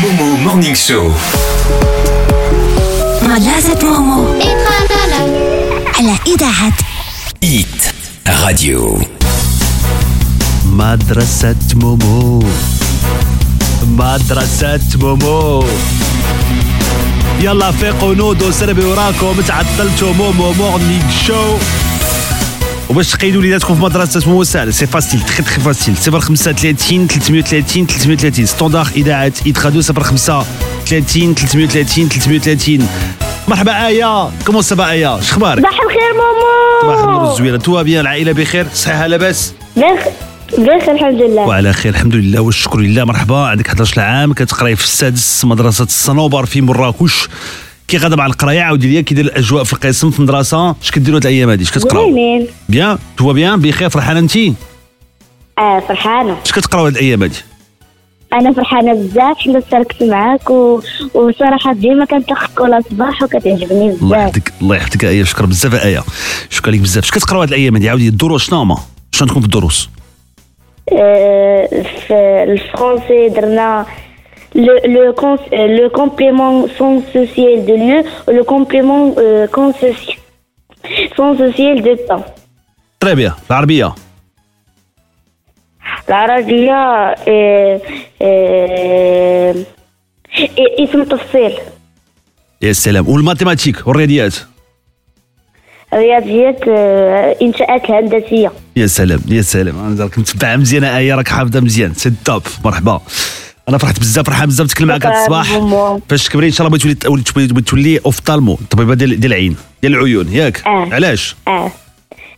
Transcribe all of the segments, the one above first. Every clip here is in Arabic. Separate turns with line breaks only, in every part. Momo Morning Show.
مدرسة مومو على إذاعة
Hit Radio.
مدرسة مومو مدرسة مومو يلا فيقوا نودوا سربي وراكم تعطلتوا مومو مورنينغ شو وباش تقيدوا وليداتكم في مدرسة مومو سهل سي فاسيل تخي تخي فاسيل 035 330 330 ستوندار إذاعة إدخادو 05 30 330 330 مرحبا آية كومون سافا آية شخبارك؟
صباح الخير مومو
صباح النور الزوينة توا بيان العائلة بخير صحيحة لاباس؟
بخ بخ الحمد لله
وعلى خير الحمد لله والشكر لله مرحبا عندك 11 عام كتقراي في السادس مدرسه الصنوبر في مراكش كي غادا مع القرايه عاودي ليا كي داير الاجواء في القسم في المدرسه اش كديروا هاد الايام هادي اش كتقراو
زوينين
بيان تو بيان بخير فرحانه انت
اه فرحانة
اش كتقراو هاد الايام هادي
أنا فرحانة بزاف حنا شاركت معاك و... وصراحة ديما كنتاخد كولا صباح وكتعجبني
الله
بزاف
يحفظك الله يحفظك ايه شكرا بزاف ايه شكرا لك بزاف اش كتقراو هاد الايام هادي عاودي الدروس شنو هما شنو عندكم في الدروس
آه، في الفرونسي درنا le, le, cons- euh, le complément sensociel de lieu ou le complément euh, consoci- sensociel de temps.
تري بيان العربيه
العربية آه، آه، آه، اسم تفصيل
يا سلام والماتيماتيك والرياضيات
رياضيات آه، انشاءات هندسيه
يا سلام يا سلام انا راك متبعه مزيان ايه راك حافظه مزيان سي توب مرحبا انا فرحت بزاف فرحان بزاف نتكلم معك هذا الصباح
مرحبا.
فاش تكبري ان شاء الله بغيت تولي تولي بغيت تولي اوفطالمو طبيبه ديال ديال العين ديال العيون ياك
آه.
علاش
اه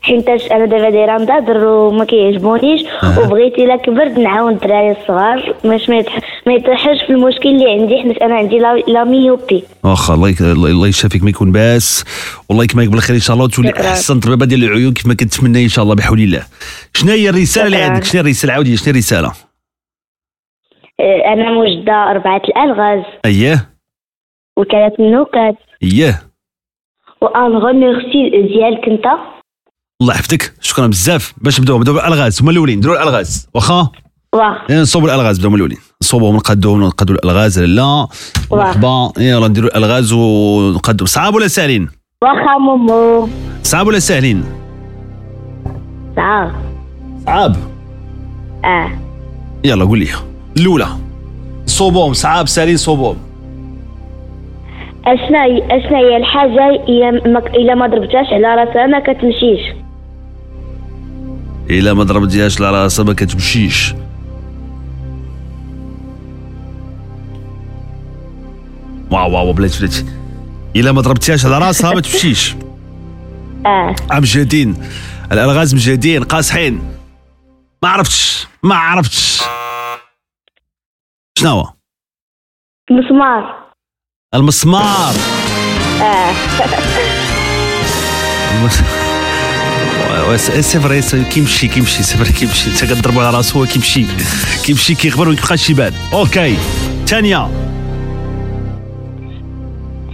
حيتاش انا دابا دايره مدادر وما كيعجبونيش
أها.
وبغيت الا كبرت نعاون الدراري الصغار باش ما يتح- ما يطيحوش في المشكل اللي عندي حيت انا عندي لا- لا ميوبي
واخا الله يك... الله الله يشافيك ما يكون باس والله يكملك بالخير ان شاء الله وتولي
شكراً.
احسن طبيبه ديال العيون كما كنتمنى ان شاء الله بحول الله شنو هي الرساله اللي
شكراً.
عندك شنو هي الرساله عاودي شنو هي الرساله
آه، انا موجده اربعه الالغاز
اييه
وكاله النكت
اييه
وان غوميرسي ديالك انت
الله يحفظك شكرا بزاف باش نبداو نبداو بالالغاز هما الاولين نديروا الالغاز واخا
واه
يعني نصوبوا الالغاز بداو من الاولين نصوبوهم نقدوهم نقدوا الالغاز لا مرحبا إيه، يلا نديروا الالغاز ونقدوا صعاب ولا ساهلين
واخا مومو
صعاب ولا ساهلين
صعاب
صعاب
اه
يلا قول لي الاولى صوبهم صعاب ساهلين صوبهم
اشنا هي- اشنا هي الحاجه الا ما الا ما ضربتهاش على راسها ما كتمشيش
الا ما ضربتيهاش على راسها ما كتمشيش واو واو بلاتي بلاتي الا ما ضربتيهاش على راسها ما تمشيش
اه
عم جادين الالغاز مجادين قاصحين ما عرفتش ما عرفتش شنو هو؟
مسمار
المسمار آه.
اه
المس... و- و- سي فري سي- كيمشي كيمشي سي فري كيمشي انت كضربو على راسو هو كيمشي كيمشي كيغبر وما كيبقاش يبان اوكي ثانيه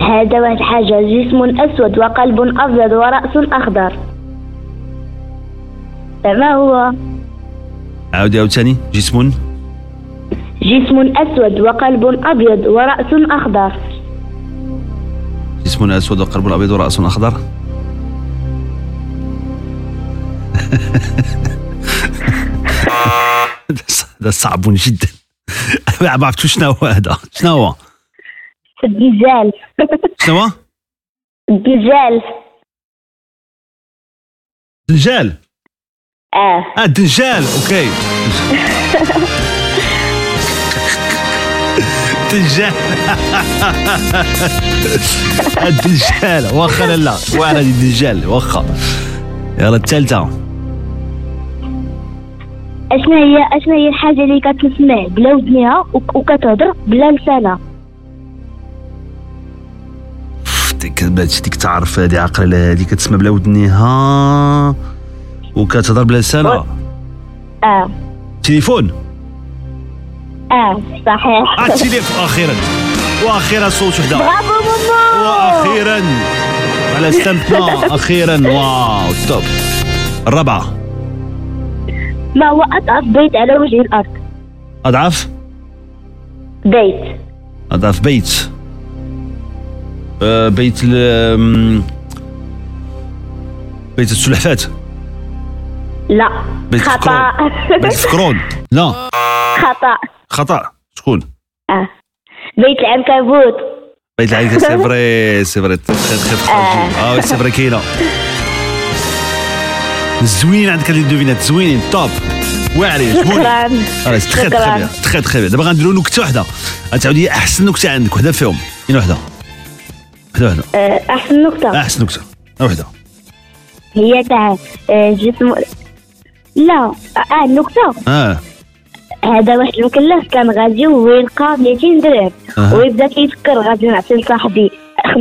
هذا واحد حاجة جسم أسود وقلب أبيض ورأس أخضر ما هو
عاودي عاوتاني جسم
جسم أسود وقلب أبيض ورأس أخضر
جسم اسود وقلب ابيض وراس اخضر هذا صعب جدا أنا ما عرفتش شنو هو هذا شنو هو
الدجال
شنو هو
الدجال
دنجال
آه
اه دنجال اوكي دنجال الدنجال واخا لا واعره دي دنجال واخا يلا الثالثه
أشنا هي أشنا هي الحاجة اللي كتسمع بلا ودنيها وك- وكتهضر بلا لسانها
ديك باش ديك تعرف هذه عقله هذه كتسمى بلا ودنيها وكتهضر بلا لسانها
آه
تليفون
آه صحيح
اه التليفون اخيرا واخيرا صوت وحده
برافو ماما
واخيرا على استمتنا اخيرا واو توب الرابعه
ما هو أضعف بيت على وجه الأرض
اضعف
بيت
هذا في بيت آه، بيت ال- آم، بيت السلحفات
لا
بيت
خطأ
فكرون بيت فكرون لا
خطأ
خطأ شكون
آه. بيت العنكبوت
بيت العيلة سي فري سي فري تخيل- تخيل تخرجي. اه وي، سي فري كاينه زوين عندك هاد الدوفينات زوينين توب واعرين جبوني راه تخي تخي
شكرا
بيان
شكرا
تخي تخي بيان دابا غنديرو نكته وحده غتعاودي لي احسن نكته عندك وحده فيهم كاين وحده وحده وحده
آه، أحسن نقطة
احسن نكته وحده
هي تاع آه، جسم لا اه نقطة
اه
هذا واحد المكلف كان غادي ويلقى 200 درهم
أها.
ويبدا كيفكر غادي نعطي لصاحبي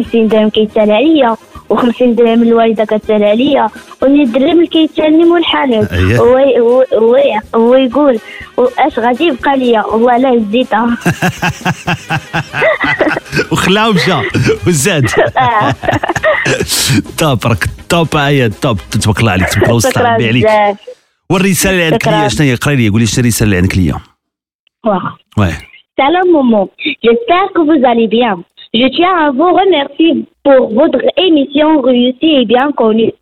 50 درهم كيتسال عليا و50 درهم الوالده كتسال عليا و100 درهم اللي كيتسالني مول حالي
أيه.
هو هو- هو- هو يقول واش غادي يبقى ليا والله لا هزيتها
وخلا ومشى وزاد
آه.
توب راك توب ايا توب تبارك الله عليك تبارك الله
شكرا
وستعبي عليك
بزاف
والرساله اللي عندك
شكراً.
ليا شنو هي قري لي قولي شنو الرساله اللي عندك ليا
واخا.
واه
Salam Momo, j'espère que vous allez bien. Je tiens à vous remercier pour votre émission réussie et bien connue.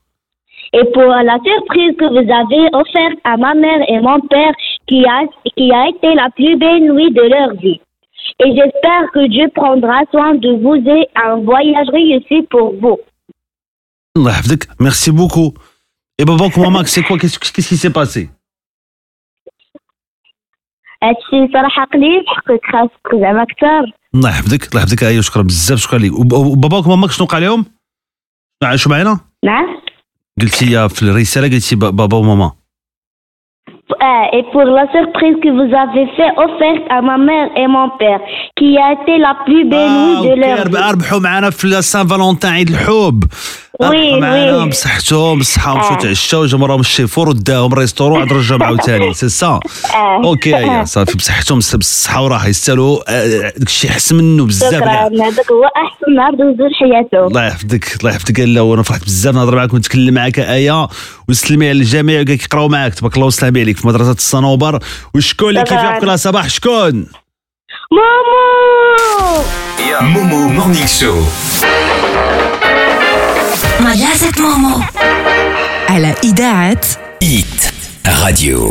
Et pour la surprise que vous avez offerte à ma mère et mon père qui a, qui a été la plus belle nuit de leur vie. Et j'espère que Dieu prendra soin de vous et un voyage réussi pour vous.
الله يحفظك ميرسي بوكو اي باباك وماماك سي كوا كيس كيس كي سي باسي
هادشي صراحة قليل حقك خاصك زعما أكثر
الله يحفظك الله يحفظك ايوا شكرا بزاف شكرا لك وب- وباباك وماماك شنو وقع لهم؟ عاشوا معنا؟
نعم
قلتي يا في الرساله قلتي با- بابا وماما
Euh, et pour la surprise que vous avez fait offerte à ma mère et mon père, qui a été la plus belle
آه،
nuit de
أوكي،
leur
رب-
vie.
ربحوا معنا في لا سان فالونتين عيد الحب
وي،
ربحوا معنا
وي.
بصحتهم بالصحه ومشاو
آه.
تعشاو جا وراهم الشيفور وداهم ريستورون عاد رجعهم عاوتاني سي سا
آه.
اوكي ايا صافي بصحتهم بالصحه وراحه يستاهلوا آه، داكشي احسن منه بزاف
شكرا
كاع.
هذاك هو احسن نهار دوزو حياته
الله يحفظك الله يحفظك الا وانا فرحت بزاف نهضر معاك ونتكلم معاك ايا وسلمي على الجميع اللي كيقراو معاك تبارك الله وسلامي عليك في مدرسه الصنوبر وشكون اللي
طبعاً.
كيفيق كل صباح شكون
ماما
Momo Morning Show.
مدرسة مومو
على إذاعة
Hit Radio.